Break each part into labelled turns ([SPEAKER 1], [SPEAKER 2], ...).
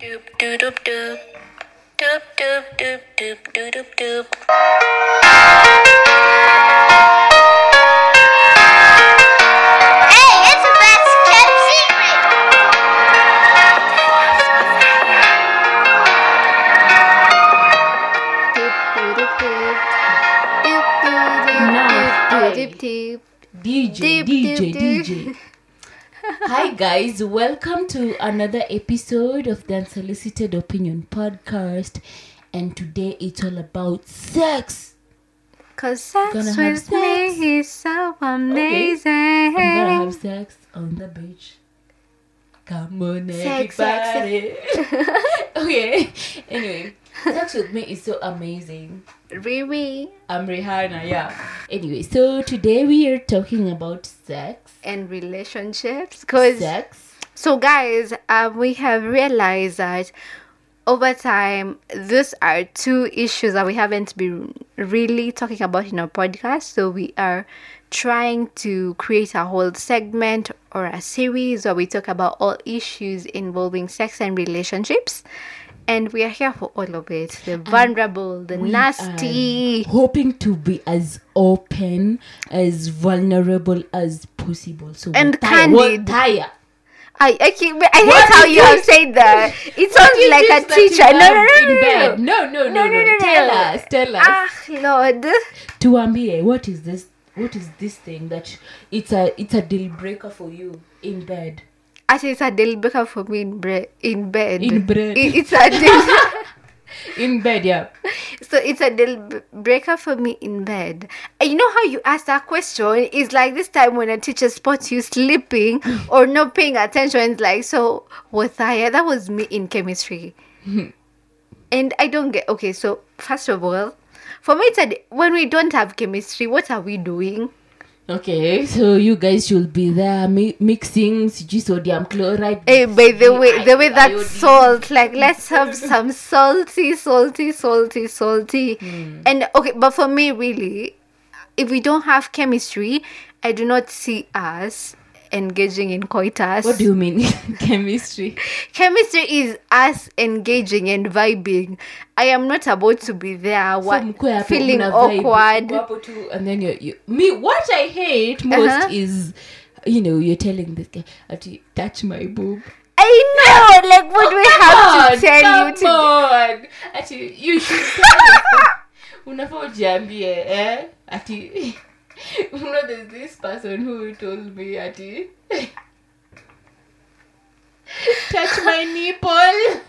[SPEAKER 1] Doop doop doop doop. Doop doop doop doop doop doop doop. Hey, it's a best kept secret.
[SPEAKER 2] DJ,
[SPEAKER 3] Deep, deep,
[SPEAKER 2] DJ,
[SPEAKER 3] deep.
[SPEAKER 2] DJ. Hi, guys. Welcome to another episode of the Unsolicited Opinion Podcast. And today it's all about sex.
[SPEAKER 3] Cause
[SPEAKER 2] Gonna
[SPEAKER 3] sex
[SPEAKER 2] have
[SPEAKER 3] with
[SPEAKER 2] sex.
[SPEAKER 3] me is so
[SPEAKER 2] I'm gonna
[SPEAKER 3] amazing.
[SPEAKER 2] have sex on the beach. Come on,
[SPEAKER 3] Sex, sex,
[SPEAKER 2] everybody. okay. Anyway, sex with me is so amazing.
[SPEAKER 3] Riri
[SPEAKER 2] I'm Rihanna, yeah. Anyway, so today we are talking about sex.
[SPEAKER 3] and relationships. Cause
[SPEAKER 2] Sex.
[SPEAKER 3] so guys, um, we have realized that over time, these are two issues that we haven't been really talking about in our podcast. So we are trying to create a whole segment or a series where we talk about all issues involving sex and relationships. And we are here for all of it. The vulnerable, the
[SPEAKER 2] we
[SPEAKER 3] nasty.
[SPEAKER 2] are hoping to be as open as vulnerable as possible so
[SPEAKER 3] And
[SPEAKER 2] we're tired. We're
[SPEAKER 3] candid.
[SPEAKER 2] tired.
[SPEAKER 3] I I, keep, I hate
[SPEAKER 2] What
[SPEAKER 3] how
[SPEAKER 2] is
[SPEAKER 3] you have
[SPEAKER 2] this?
[SPEAKER 3] said that. It
[SPEAKER 2] What
[SPEAKER 3] sounds
[SPEAKER 2] is
[SPEAKER 3] like
[SPEAKER 2] this
[SPEAKER 3] a
[SPEAKER 2] that you
[SPEAKER 3] teacher. No, no,
[SPEAKER 2] have
[SPEAKER 3] no,
[SPEAKER 2] in
[SPEAKER 3] no, no,
[SPEAKER 2] bed? no no no no no tell us tell us
[SPEAKER 3] Ah, Lord.
[SPEAKER 2] tuambie what is this what is this thing that it's a it's a deal breaker for you in bed
[SPEAKER 3] Actually, it's a deal breaker for me in, bre- in bed.
[SPEAKER 2] In bread.
[SPEAKER 3] It- it's a deal.
[SPEAKER 2] in bed yeah
[SPEAKER 3] so it's a deal b- breaker for me in bed. And you know how you ask that question? It's like this time when a teacher spots you sleeping or not paying attention. It's like, so was I? That was me in chemistry. and I don't get. Okay, so first of all, for me, it's a d when we don't have chemistry, what are we doing?
[SPEAKER 2] okay so you guys should be there mi- mixing sijui sodium chloride
[SPEAKER 3] Hey, Eh, by the way, the way that
[SPEAKER 2] iodine.
[SPEAKER 3] salt, like, let's have some salty, salty, salty, salty.
[SPEAKER 2] Hmm.
[SPEAKER 3] And okay, but for me, really, if we don't have chemistry, I do not see us engaging in coitus.
[SPEAKER 2] what do you mean chemistry
[SPEAKER 3] chemistry is us engaging and vibing. I am not about to be there,
[SPEAKER 2] So
[SPEAKER 3] wa-
[SPEAKER 2] mkwe hapo,
[SPEAKER 3] feeling
[SPEAKER 2] mna vibe,
[SPEAKER 3] awkward.
[SPEAKER 2] mkwe hapo tu, and then you, you, me what i hate most
[SPEAKER 3] Uh-huh.
[SPEAKER 2] is you know you're telling this guy "Ati, touch my boob
[SPEAKER 3] I know, like, what do we have to
[SPEAKER 2] God,
[SPEAKER 3] tell you
[SPEAKER 2] Oh, come
[SPEAKER 3] today?
[SPEAKER 2] on. Ati, you should tell him. unafaa ujiambie eh? ati you know there's this person who told me ati touch my nipple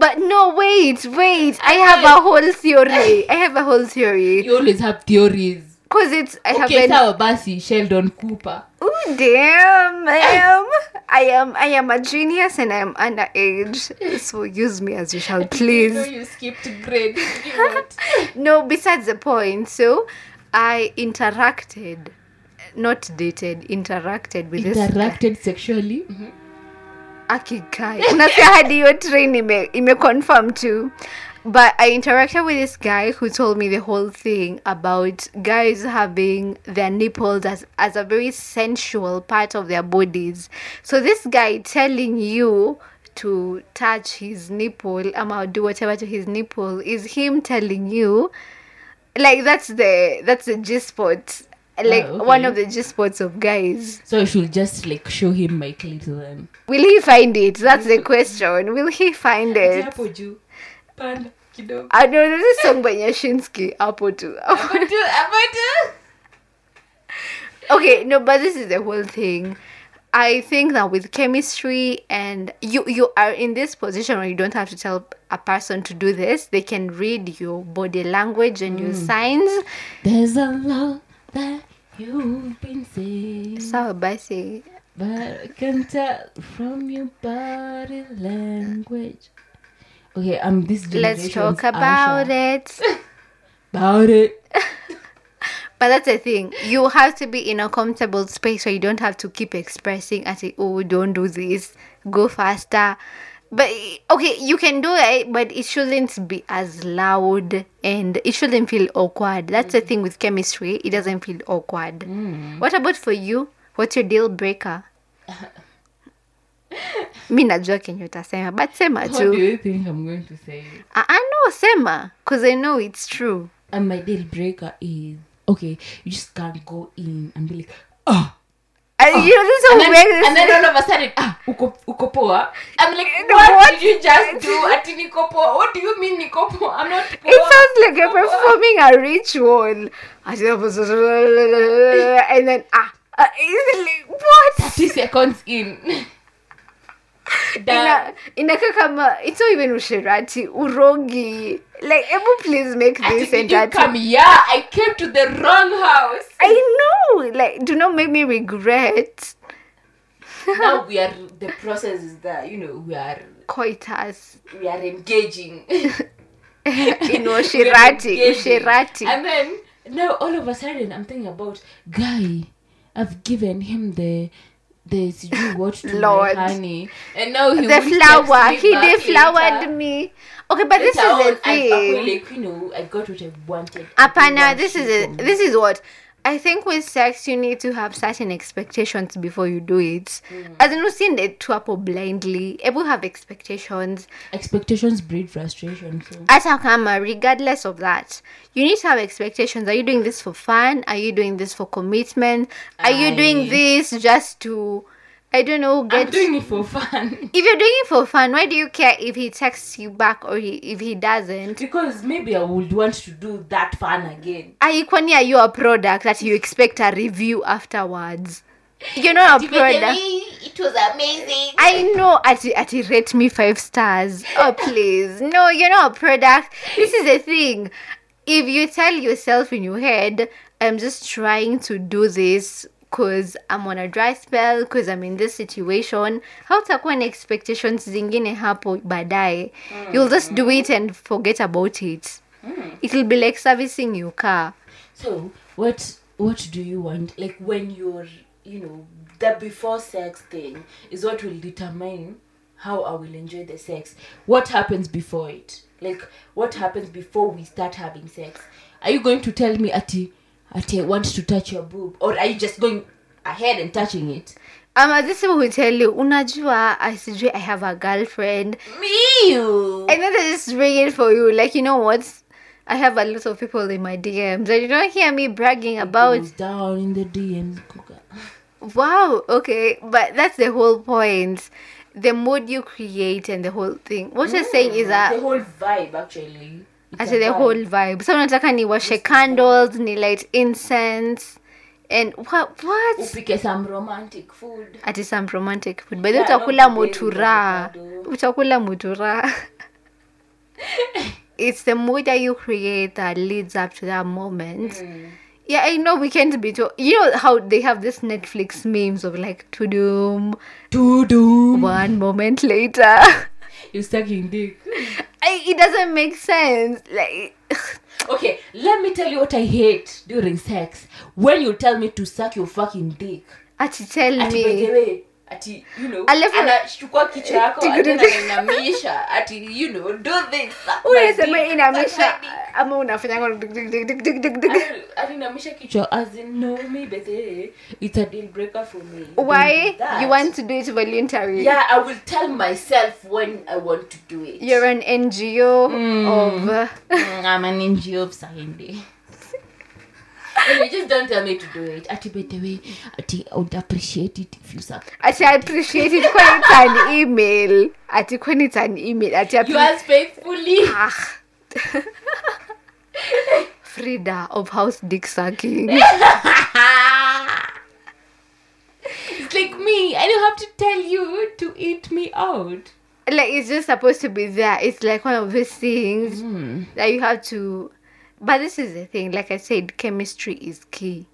[SPEAKER 3] But no, wait, wait. I have a whole theory. I have a whole theory.
[SPEAKER 2] you always have theories
[SPEAKER 3] Cause it's I
[SPEAKER 2] okay
[SPEAKER 3] haven't.
[SPEAKER 2] sawa basi sheldon cooper
[SPEAKER 3] Oh damn! I am. I am. I am a genius, and I am underage. So use me as you shall,
[SPEAKER 2] you know
[SPEAKER 3] please.
[SPEAKER 2] you skipped grade you know what?
[SPEAKER 3] No, besides the point. So, I interacted, not dated. Interacted with this guy.
[SPEAKER 2] interacted sexually
[SPEAKER 3] akikai unasikia hadi hiyo train ime, imeconfirm tu but i interacted with this guy who told me the whole thing about guys having their nipples as, as a very sensual part of their bodies so this guy telling you to touch his nipple ama do whatever to his nipple is him telling you like that's the that's the g spot like
[SPEAKER 2] Oh,
[SPEAKER 3] one
[SPEAKER 2] okay.
[SPEAKER 3] of the g spots of guys
[SPEAKER 2] so i should just like show him my clit then
[SPEAKER 3] Will he find it? That's the question. Will he find
[SPEAKER 2] Ati
[SPEAKER 3] it?
[SPEAKER 2] hapo juu panda kidogo
[SPEAKER 3] I know there's a song by Yashinsky, Apple too.
[SPEAKER 2] Hapo juu, hapo juu.
[SPEAKER 3] okay, no, but this is the whole thing. I think that with chemistry and you you are in this position where you don't have to tell a person to do this. They can read your body language and your signs.
[SPEAKER 2] there's a lot that you've been saying
[SPEAKER 3] So basi.
[SPEAKER 2] but i can tell from your body language okay i'm this
[SPEAKER 3] Let's
[SPEAKER 2] generation's
[SPEAKER 3] talk about
[SPEAKER 2] Asha.
[SPEAKER 3] it.
[SPEAKER 2] about it
[SPEAKER 3] But that's the thing. You have to be in a comfortable space where you don't have to keep expressing and say, "Oh, don't do this. Go faster." But okay, you can do it, but it shouldn't be as loud and it shouldn't feel awkward. That's
[SPEAKER 2] Mm.
[SPEAKER 3] the thing with chemistry. It doesn't feel awkward. What about for you? What's your deal breaker? mi najua kenye utasema but sema
[SPEAKER 2] What do
[SPEAKER 3] tu
[SPEAKER 2] you think I'm going to say?
[SPEAKER 3] Ah, ah, no sema cause i know its true
[SPEAKER 2] And my deal breaker is okay, you just can't go in and be like, oh.
[SPEAKER 3] and you know this is
[SPEAKER 2] And
[SPEAKER 3] how we make
[SPEAKER 2] then,
[SPEAKER 3] this
[SPEAKER 2] and then all of a sudden, ah, uko, uko poa. I'm like,
[SPEAKER 3] No,
[SPEAKER 2] what,
[SPEAKER 3] what-
[SPEAKER 2] did you just do? Ati niko poa. What do you mean niko poa? I'm not poa.
[SPEAKER 3] It sounds like you're performing a ritual. I just- And then, ah, uh, what?
[SPEAKER 2] 30 seconds in.
[SPEAKER 3] Ina, inakaa kama it's not even usherati urogi like ebu please make
[SPEAKER 2] Ati,
[SPEAKER 3] this and
[SPEAKER 2] did you
[SPEAKER 3] that
[SPEAKER 2] come here? I came to the wrong house.
[SPEAKER 3] i know like do not make me regret
[SPEAKER 2] now we are the process is that you know we are
[SPEAKER 3] coitus
[SPEAKER 2] we are engaging
[SPEAKER 3] in
[SPEAKER 2] We are
[SPEAKER 3] usherati
[SPEAKER 2] engaging.
[SPEAKER 3] usherati
[SPEAKER 2] and then now all of a sudden i'm thinking about guy i've given him the the sijui what to my
[SPEAKER 3] Lord.
[SPEAKER 2] honey and now he
[SPEAKER 3] the
[SPEAKER 2] won't
[SPEAKER 3] flower
[SPEAKER 2] text me
[SPEAKER 3] he
[SPEAKER 2] back
[SPEAKER 3] deflowered
[SPEAKER 2] later.
[SPEAKER 3] me okay but this is
[SPEAKER 2] Later
[SPEAKER 3] the
[SPEAKER 2] on, I- uh, I feel
[SPEAKER 3] thing
[SPEAKER 2] like, you know oh, i got what i wanted
[SPEAKER 3] Apana, this is it. This is what I think with sex you need to have certain expectations before you do it.
[SPEAKER 2] Mm.
[SPEAKER 3] As in using it to apple blindly. Ebu have expectations.
[SPEAKER 2] oh. expectations breed frustration so
[SPEAKER 3] Atakama, regardless of that. You need to have expectations. Are you doing this for fun? Are you doing this for commitment? Are you
[SPEAKER 2] Aye.
[SPEAKER 3] doing this just to I don't know,
[SPEAKER 2] i'm
[SPEAKER 3] get
[SPEAKER 2] doing it for fun
[SPEAKER 3] if you're doing it for fun, why do you care if he texts you back or he, if he doesn't?
[SPEAKER 2] because maybe i would want to do that fun again
[SPEAKER 3] Are kwani are you a product that you expect a review afterwards? You're not a product.
[SPEAKER 2] it was amazing
[SPEAKER 3] I know at at rate me five stars. Oh please. No, you're not a product. This is the thing. If you tell yourself in your head, I'm just trying to do this cause I'm on a dry spell, cause I'm in this situation, hautakuwa na expectations zingine hapo baadaye. You'll just do it and forget about it. It'll be like servicing your car.
[SPEAKER 2] So what what do you want? Like when you're you know the before sex thing is what will determine how I will enjoy the sex. What happens before it? Like what happens before we start having sex? Are you going to tell me Ati Ati I want to touch your boob? Or are you just going ahead and touching it?
[SPEAKER 3] Ama this people will tell you, unajua, I sijui I have a girlfriend.
[SPEAKER 2] Me you
[SPEAKER 3] And then they just bring it for you. Like, you know what? I have a lot of people in my DMs. And you don't hear me bragging
[SPEAKER 2] Mm-hmm.
[SPEAKER 3] about,
[SPEAKER 2] goes down in the DMs Kuka.
[SPEAKER 3] wow, okay. But that's the whole point. The mood you create and the whole thing. What you're saying is
[SPEAKER 2] the
[SPEAKER 3] that,
[SPEAKER 2] whole vibe actually. It's
[SPEAKER 3] I
[SPEAKER 2] a
[SPEAKER 3] say the
[SPEAKER 2] vibe.
[SPEAKER 3] whole vibe. So, nataka niwashe candles, ni light incense. And what? What?
[SPEAKER 2] Upike some romantic food.
[SPEAKER 3] Ati some romantic food. By the way,
[SPEAKER 2] Yeah,
[SPEAKER 3] utakula
[SPEAKER 2] not the way
[SPEAKER 3] mutura.
[SPEAKER 2] avocado.
[SPEAKER 3] Utakula mutura. it's the mood that you create that leads up to that moment.
[SPEAKER 2] Hmm.
[SPEAKER 3] Yeah, I know we can't be too. You know how they have this Netflix memes of like to doom
[SPEAKER 2] To do.
[SPEAKER 3] one moment later.
[SPEAKER 2] You're sucking dick.
[SPEAKER 3] I, it doesn't make sense. Like,
[SPEAKER 2] Okay, let me tell you what I hate during sex. When you tell me to suck your fucking dick.
[SPEAKER 3] ati tell
[SPEAKER 2] Ati by the
[SPEAKER 3] me.
[SPEAKER 2] way, ati you know,
[SPEAKER 3] Alafu-
[SPEAKER 2] anachukua kichwa yako
[SPEAKER 3] Tigu-
[SPEAKER 2] and then anainamisha. Ati you know, do this. suck my
[SPEAKER 3] unasema
[SPEAKER 2] dick,
[SPEAKER 3] inamisha
[SPEAKER 2] suck my dick.
[SPEAKER 3] ama unafanyanga dig- dig- dig- dig- dig- dig- dig.
[SPEAKER 2] Ana- anainamisha kichwa as in no me by the way, it's a deal breaker for me. Don't
[SPEAKER 3] why
[SPEAKER 2] do that.
[SPEAKER 3] you want to do it voluntarily
[SPEAKER 2] Yeah, I will tell myself when I want to do it.
[SPEAKER 3] you're an ngo of
[SPEAKER 2] Mm, I'm an NGO of Sahindi. and you just don't tell me to do it. Ati by the way, ati I would appreciate it if you suck.
[SPEAKER 3] ati i appreciate it when it's an email ati when it's an email ati I
[SPEAKER 2] You ask faithfully.
[SPEAKER 3] Ah. Frida of House Dick Sucking.
[SPEAKER 2] it's like me. I don't have to tell you to eat me out.
[SPEAKER 3] like it's just supposed to be there. It's like one of those things that you have to. But this is the thing. Like I said, chemistry is key.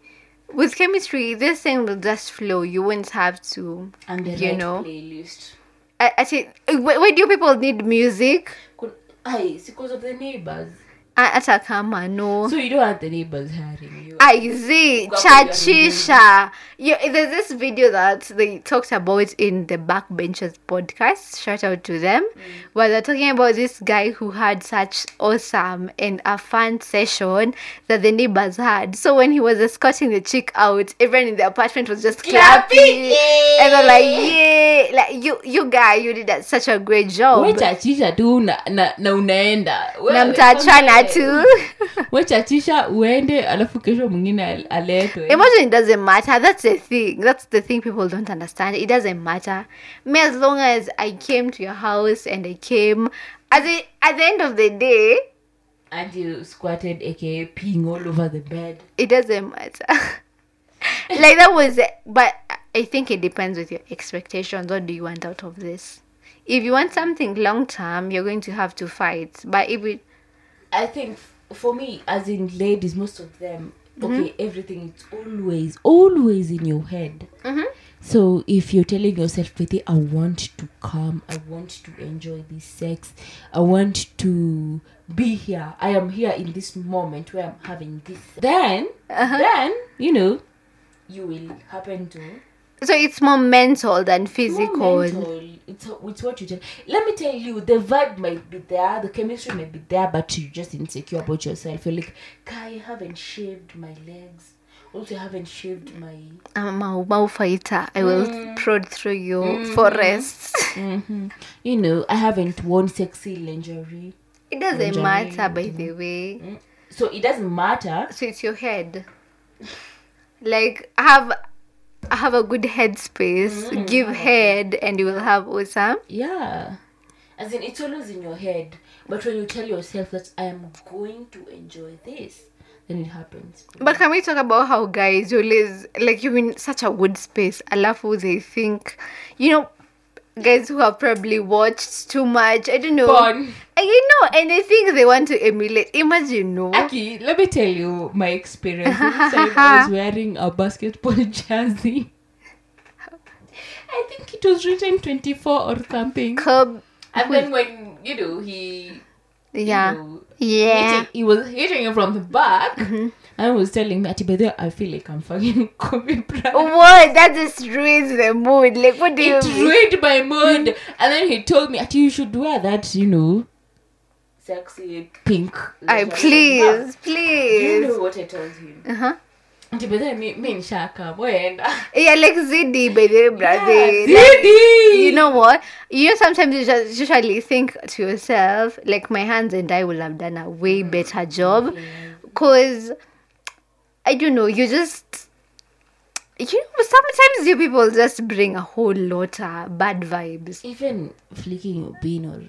[SPEAKER 3] With chemistry, this thing will just flow. You won't have to.
[SPEAKER 2] And the
[SPEAKER 3] You
[SPEAKER 2] right
[SPEAKER 3] know.
[SPEAKER 2] playlist.
[SPEAKER 3] I, I say, why, why do people need music?
[SPEAKER 2] Kun- Aye, it's because of the neighbors.
[SPEAKER 3] hata kama no
[SPEAKER 2] so you don't want the neighbors hiring you
[SPEAKER 3] Aizi,
[SPEAKER 2] Kwa kweli
[SPEAKER 3] chachisha. You, there's this video that they talked about in the Backbenchers podcast. Shout out to them. Where they're talking about this guy who had such awesome and a fun session that the neighbors had. So when he was escorting the chick out, everyone in the apartment was just clapping.
[SPEAKER 2] Clapping, eh.
[SPEAKER 3] And they're like, yay. Like, you, you guy, you did that, such a great job.
[SPEAKER 2] we chachisha tu na, na, na unaenda
[SPEAKER 3] Oh, na
[SPEAKER 2] Wewe,
[SPEAKER 3] mtaachana
[SPEAKER 2] someday.
[SPEAKER 3] tu.
[SPEAKER 2] we chachisha uende alafu kesho mwingine al- aletwe
[SPEAKER 3] Imagine it doesn't matter. That's the thing. That's the thing people don't understand. It doesn't matter. Me, as long as I came to your house and I came, at the at the end of the day,
[SPEAKER 2] and you squatted aka peeing all over the bed
[SPEAKER 3] it doesn't matter. like that was, but I think it depends with your expectations. What do you want out of this? If you want something long term, you're going to have to fight. But if it,
[SPEAKER 2] I think f- for me, as in ladies, most of them, okay, everything it's always, always in your head. So if you're telling yourself, Betty, I want to come, I want to enjoy this sex, I want to be here, I am here in this moment where I'm having this, then, then, you know, you will happen to
[SPEAKER 3] so it's more mental than physical.
[SPEAKER 2] Momental. It's, it's what you just. Let me tell you, the vibe might be there, the chemistry might be there, but you're just insecure about yourself. You're like, Kai, I haven't shaved my legs. Also, I haven't shaved my.
[SPEAKER 3] I'm a wow fighter. I will prod through your forests.
[SPEAKER 2] You know, I haven't worn sexy lingerie.
[SPEAKER 3] It doesn't
[SPEAKER 2] Jamie,
[SPEAKER 3] matter, by the way.
[SPEAKER 2] Hmm? So it doesn't matter.
[SPEAKER 3] So it's your head. Like have have a good head space.
[SPEAKER 2] Hmm,
[SPEAKER 3] Give head, and you will have awesome.
[SPEAKER 2] Yeah. As in, it's always in your head. But when you tell yourself that I am going to enjoy this, then it happens.
[SPEAKER 3] But can we talk about how guys always like you're in such a good space? I love who they think, you know, guys who have probably watched too much. I don't know.
[SPEAKER 2] Porn.
[SPEAKER 3] I you know, and I think they want to emulate. Imagine, no.
[SPEAKER 2] Aki, let me tell you my experience. One time I was wearing a basketball jersey. I think it was written 24 or something.
[SPEAKER 3] Curb.
[SPEAKER 2] And then when, you know, he...
[SPEAKER 3] Yeah.
[SPEAKER 2] You know,
[SPEAKER 3] Yeah. Mm-hmm.
[SPEAKER 2] hitting- he was hitting it from the back. And he was telling me, Ati, by the way, I feel like I'm fucking Kobe
[SPEAKER 3] Oh
[SPEAKER 2] Bryant.
[SPEAKER 3] What? That just ruins the mood. Like, what do you
[SPEAKER 2] It
[SPEAKER 3] mean?
[SPEAKER 2] ruined my mood.
[SPEAKER 3] Mm-hmm.
[SPEAKER 2] And then he told me, Ati, you should wear that, you know, sexy pink.
[SPEAKER 3] I
[SPEAKER 2] lingerie."
[SPEAKER 3] please,
[SPEAKER 2] Do you
[SPEAKER 3] please.
[SPEAKER 2] know what I told him?
[SPEAKER 3] Uh-huh.
[SPEAKER 2] Ati, by the way, me, me nishaka, mwenda.
[SPEAKER 3] Yeah, like Zidi, by the way, brother.
[SPEAKER 2] Yeah,
[SPEAKER 3] Like,
[SPEAKER 2] Didi.
[SPEAKER 3] you know what? You know, sometimes you just usually think to yourself, like, my hands and I will have done a way
[SPEAKER 2] Mm-hmm.
[SPEAKER 3] better job. Because, I don't know, you just. You know, sometimes you people just bring a whole lot of bad vibes.
[SPEAKER 2] even flicking your bean or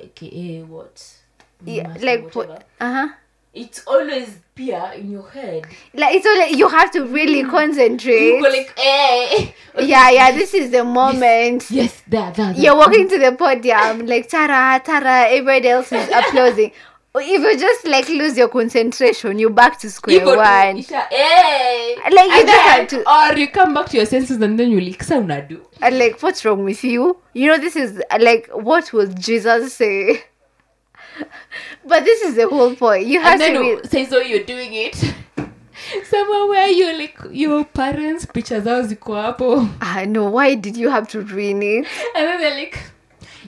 [SPEAKER 2] aka what
[SPEAKER 3] Yeah,
[SPEAKER 2] mask or
[SPEAKER 3] like,
[SPEAKER 2] whatever,
[SPEAKER 3] uh huh.
[SPEAKER 2] it's always pure in your head
[SPEAKER 3] Like, it's all like you have to really
[SPEAKER 2] Mm-hmm. you
[SPEAKER 3] concentrate.
[SPEAKER 2] go like eh
[SPEAKER 3] Yeah, yeah, this is the moment.
[SPEAKER 2] yes that that, that.
[SPEAKER 3] You're walking to the podium, like Tara, Tara, everybody else is applauding. Or If you just like lose your concentration, you're back to square
[SPEAKER 2] You go to
[SPEAKER 3] one.
[SPEAKER 2] Isha, eh
[SPEAKER 3] Like, you just
[SPEAKER 2] And then-
[SPEAKER 3] have to-
[SPEAKER 2] or you come back to your senses and then you like "Sasa unadu
[SPEAKER 3] And like, what's wrong with you? You know, this is uh, like, what will Jesus say? but this is the whole point. You have
[SPEAKER 2] and then
[SPEAKER 3] to
[SPEAKER 2] you say so you're doing it somewhere where you like your parents picture zao ziko hapo
[SPEAKER 3] I know. Why did you have to ruin it?
[SPEAKER 2] and then they're like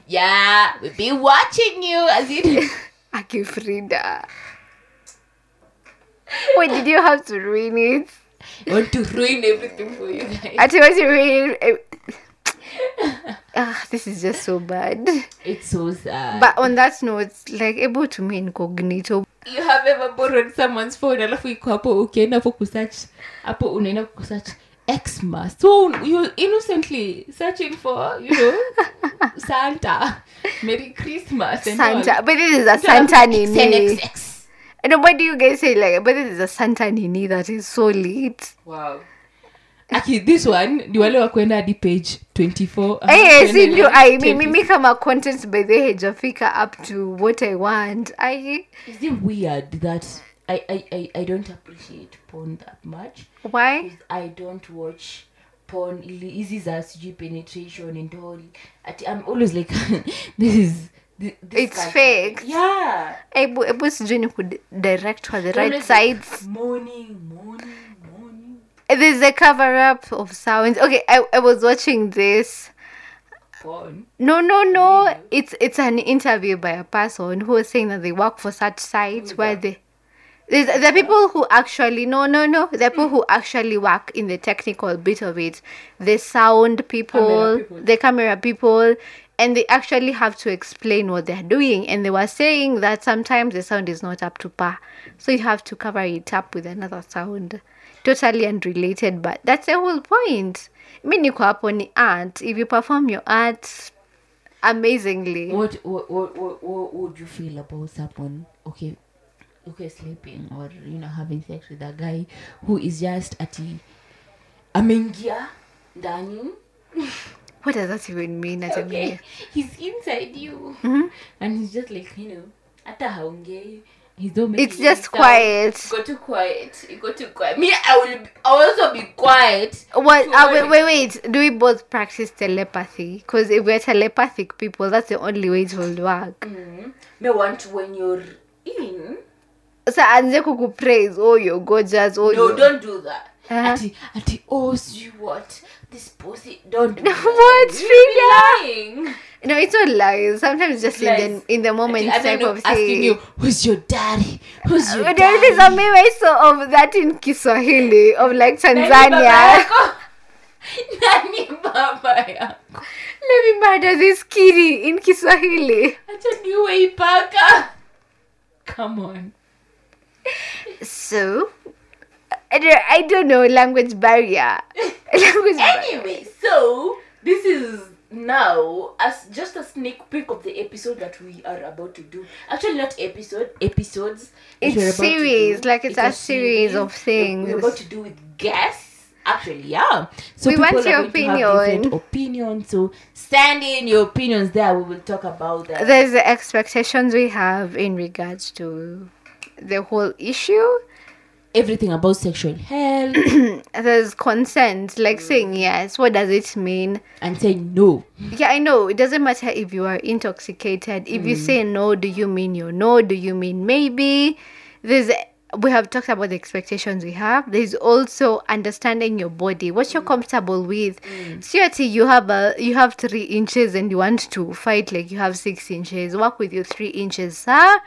[SPEAKER 2] yeah we'll be watching you as it
[SPEAKER 3] Aki Frida. Why did you have to ruin it?
[SPEAKER 2] I want to ruin everything for you guys
[SPEAKER 3] I told you, really, Ah, this is just so bad.
[SPEAKER 2] It's so sad.
[SPEAKER 3] But on that note, like able to me incognito.
[SPEAKER 2] you have ever borrowed someone's phone alafu iko hapo ukienda hapo kusearch hapo unaenda kusearch xmas so you innocently searching for you know santa merry christmas and
[SPEAKER 3] Santa,
[SPEAKER 2] all.
[SPEAKER 3] but this is a
[SPEAKER 2] Alafu,
[SPEAKER 3] Santa Nini.
[SPEAKER 2] XNXX.
[SPEAKER 3] And what do you guys say? Like, but this is a Santa Nini that is so late.
[SPEAKER 2] wow Aki, this one ni wale wa kwenda hadi page 24 ama
[SPEAKER 3] Hey, see,
[SPEAKER 2] 29,
[SPEAKER 3] you, Eh, I mean,
[SPEAKER 2] 20.
[SPEAKER 3] me come a content by the age of fika up to what I want. I
[SPEAKER 2] Is it weird that I, I, I, I don't appreciate porn that much
[SPEAKER 3] why?
[SPEAKER 2] is I don't watch porn easy as penetration and all. At- I'm always like, this is thi- this
[SPEAKER 3] It's
[SPEAKER 2] can't
[SPEAKER 3] faked.
[SPEAKER 2] happen. Yeah.
[SPEAKER 3] hebu hebu sijui ni kudirect for the
[SPEAKER 2] Always
[SPEAKER 3] right
[SPEAKER 2] like,
[SPEAKER 3] sides
[SPEAKER 2] Morning, morning, morning.
[SPEAKER 3] there's a cover up of sounds okay I, I was watching this
[SPEAKER 2] Porn.
[SPEAKER 3] no no no it's it's an interview by a person who was saying that they work for such sites where they there's, there are people who actually no no no there are people who actually work in the technical bit of it the sound people,
[SPEAKER 2] people.
[SPEAKER 3] the camera people and they actually have to explain what they're doing and they were saying that sometimes the sound is not up to par so you have to cover it up with another sound totally unrelated but that's the whole point mi niko hapo ni art if you perform your art amazingly
[SPEAKER 2] What what, what what what would you feel about someone okay okay sleeping or you know having sex with a guy who is just ati ameingia ndani
[SPEAKER 3] what does that even mean Nathaniel?
[SPEAKER 2] okay he's inside you
[SPEAKER 3] Mm-hmm.
[SPEAKER 2] and he's just like you know hata haongei he's not making
[SPEAKER 3] it's just
[SPEAKER 2] any sound.
[SPEAKER 3] quiet
[SPEAKER 2] You go too quiet you go too quiet me i will be, i will also be quiet
[SPEAKER 3] What?
[SPEAKER 2] So
[SPEAKER 3] Uh, wait,
[SPEAKER 2] why-
[SPEAKER 3] wait, wait. Do we both practice telepathy? Because if we're telepathic people, that's the only way it will work.
[SPEAKER 2] Mm. me want when you're in
[SPEAKER 3] So, anze kukupraise. Oh, you're gorgeous. Oh,
[SPEAKER 2] No,
[SPEAKER 3] you're...
[SPEAKER 2] don't do that.
[SPEAKER 3] Uh-huh.
[SPEAKER 2] Ati, ati, oh, see what? This pussy, don't do that.
[SPEAKER 3] What,
[SPEAKER 2] You'll be lying.
[SPEAKER 3] No, it's not lies. Sometimes just in
[SPEAKER 2] Lies.
[SPEAKER 3] the in the moment
[SPEAKER 2] Ati,
[SPEAKER 3] type of
[SPEAKER 2] asking
[SPEAKER 3] thing.
[SPEAKER 2] you, who's your daddy? Who's your
[SPEAKER 3] But there is a
[SPEAKER 2] daddy?
[SPEAKER 3] meme I saw of that in Kiswahili of like
[SPEAKER 2] Nani baba
[SPEAKER 3] Tanzania.
[SPEAKER 2] yako? Nani baba yako?
[SPEAKER 3] Let me murder this kitty in Kiswahili.
[SPEAKER 2] Acha niue hii paka. Come on.
[SPEAKER 3] So, I don't, I don't know language barrier. language barrier.
[SPEAKER 2] Anyway, so this is now as just a sneak peek of the episode that we are about to do. Actually, not episode, episodes. that
[SPEAKER 3] It's
[SPEAKER 2] we're about to
[SPEAKER 3] series,
[SPEAKER 2] do.
[SPEAKER 3] like it's a series of things.
[SPEAKER 2] We're about to do with guests. Actually, yeah. So
[SPEAKER 3] We want
[SPEAKER 2] people are
[SPEAKER 3] your
[SPEAKER 2] going to have
[SPEAKER 3] opinion.
[SPEAKER 2] different opinions. So send in your opinions there. We will talk about uh, that.
[SPEAKER 3] there's the expectations we have in regards to the whole issue.
[SPEAKER 2] Everything about sexual health
[SPEAKER 3] There's consent, like saying yes. What does it mean?
[SPEAKER 2] and saying no.
[SPEAKER 3] Yeah, I know it doesn't matter if you are intoxicated. If
[SPEAKER 2] Mm.
[SPEAKER 3] you say no, do you mean you no? Do you mean maybe? There's we have talked about the expectations we have. There's also understanding your body, what
[SPEAKER 2] Mm.
[SPEAKER 3] you're comfortable with. Seriously, you have a you have three inches and you want to fight like you have six inches. Work with your three inches, sir,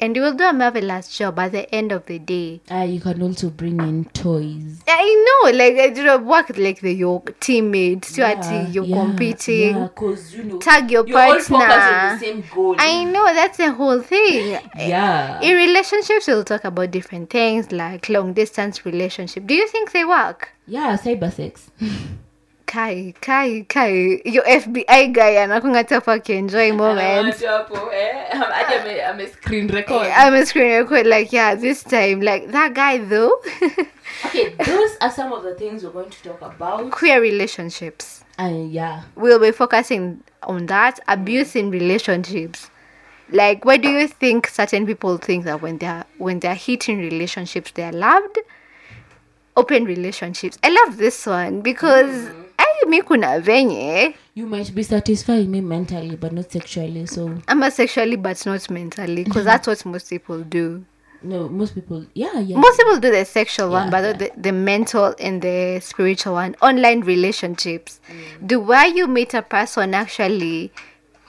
[SPEAKER 3] and you will do a marvelous job at the end of the day.
[SPEAKER 2] Uh, you can also bring in toys.
[SPEAKER 3] I know, like I do not work like the, your teammate. Seriously, you're
[SPEAKER 2] yeah,
[SPEAKER 3] competing.
[SPEAKER 2] yeah, 'cause, you know,
[SPEAKER 3] Tag your
[SPEAKER 2] you're all focused on
[SPEAKER 3] partner.
[SPEAKER 2] the same goal.
[SPEAKER 3] I know that's the whole thing.
[SPEAKER 2] yeah.
[SPEAKER 3] In relationships, we'll talk about different things like long distance relationship. Do you think they work?
[SPEAKER 2] yeah cyber sex
[SPEAKER 3] Oh, Kai, Kai, Kai, your FBI guy, and I'm gonna tap enjoy moment.
[SPEAKER 2] okay
[SPEAKER 3] I'm a screen record like yeah, this time like that guy though.
[SPEAKER 2] those are some of the things we're going to talk about
[SPEAKER 3] Queer relationships.
[SPEAKER 2] and yeah
[SPEAKER 3] We'll be focusing on that abuse in relationships. Like, why do you think certain people think that when they're when they're hit in relationships, they're loved? Open relationships. I love this one because I me kuna venye.
[SPEAKER 2] you might be satisfying me mentally but not sexually so
[SPEAKER 3] I'm asexually but not mentally because that's what most people do.
[SPEAKER 2] no most people yeah yeah
[SPEAKER 3] Most people do the sexual one,
[SPEAKER 2] Yeah,
[SPEAKER 3] but not the, the mental and the spiritual one. Online relationships.
[SPEAKER 2] Mm.
[SPEAKER 3] Do where you meet a person actually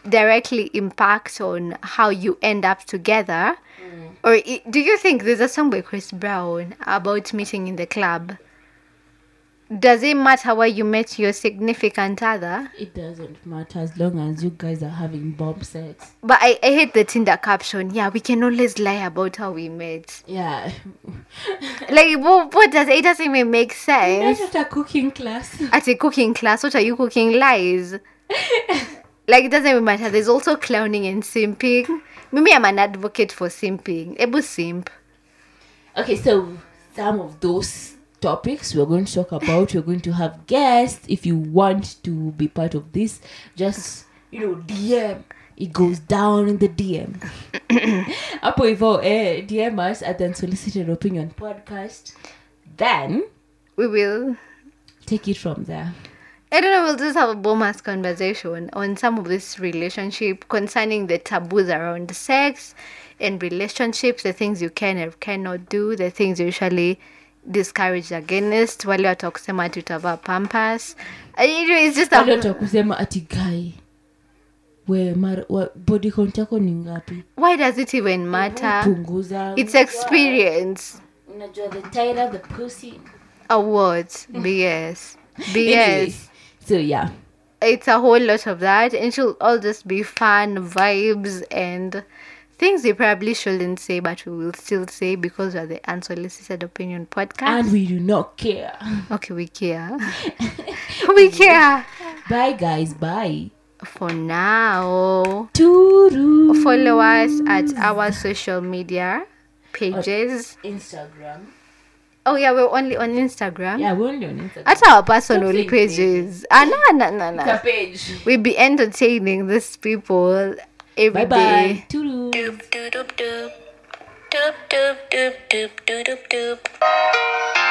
[SPEAKER 3] directly impact on how you end up together?
[SPEAKER 2] Mm.
[SPEAKER 3] Or i do you think there's a song by Chris Brown about meeting in the club? Does it matter where you met your significant other?
[SPEAKER 2] it doesn't matter as long as you guys are having bomb sex
[SPEAKER 3] But I, I hate the Tinder caption. Yeah, we can always lie about how we met.
[SPEAKER 2] yeah
[SPEAKER 3] Like, what, what does it doesn't even make sense?
[SPEAKER 2] right after cooking class
[SPEAKER 3] at a cooking class, what are you cooking? Lies. like it doesn't even matter. There's also clowning and simping. Mimi, I'm an advocate for simping. Ebu simp.
[SPEAKER 2] Okay, so some of those topics we're going to talk about. We're going to have guests. If you want to be part of this, just you know, DM. It goes down in the DM. Hapo hivyo eh, DM us at the Unsolicited Opinion Podcast. Then
[SPEAKER 3] We will.
[SPEAKER 2] take it from there.
[SPEAKER 3] I don't know, we'll just have a bomb-ass conversation on some of this relationship concerning the taboos around sex and relationships, the things you can and cannot do, the things you usually discouraged against, wale watu wa kusema ati utavaa pampas. Anyway, It's just a
[SPEAKER 2] bado atakusema ati guy we mar, wa, body count yako ni ngapi
[SPEAKER 3] why does it even matter?
[SPEAKER 2] punguza
[SPEAKER 3] It's experience.
[SPEAKER 2] unajua the tighter the pussy
[SPEAKER 3] Awards. BS. BS.
[SPEAKER 2] Anyways, so yeah
[SPEAKER 3] it's a whole lot of that and she'll all just be fun vibes and things we probably shouldn't say but we will still say because we're the unsolicited opinion podcast
[SPEAKER 2] and we do not care
[SPEAKER 3] okay we care we care
[SPEAKER 2] bye guys bye
[SPEAKER 3] for now
[SPEAKER 2] Toodoo.
[SPEAKER 3] follow us at our social media pages
[SPEAKER 2] instagram
[SPEAKER 3] oh yeah we're only on instagram
[SPEAKER 2] yeah we're only on instagram
[SPEAKER 3] at our personal
[SPEAKER 2] Don't say
[SPEAKER 3] pages ah no no no no
[SPEAKER 2] page
[SPEAKER 3] we'll be entertaining these people every
[SPEAKER 2] bye
[SPEAKER 3] day.
[SPEAKER 2] bye Toodoo.
[SPEAKER 1] doop doop doop doop doop doop doop doop doop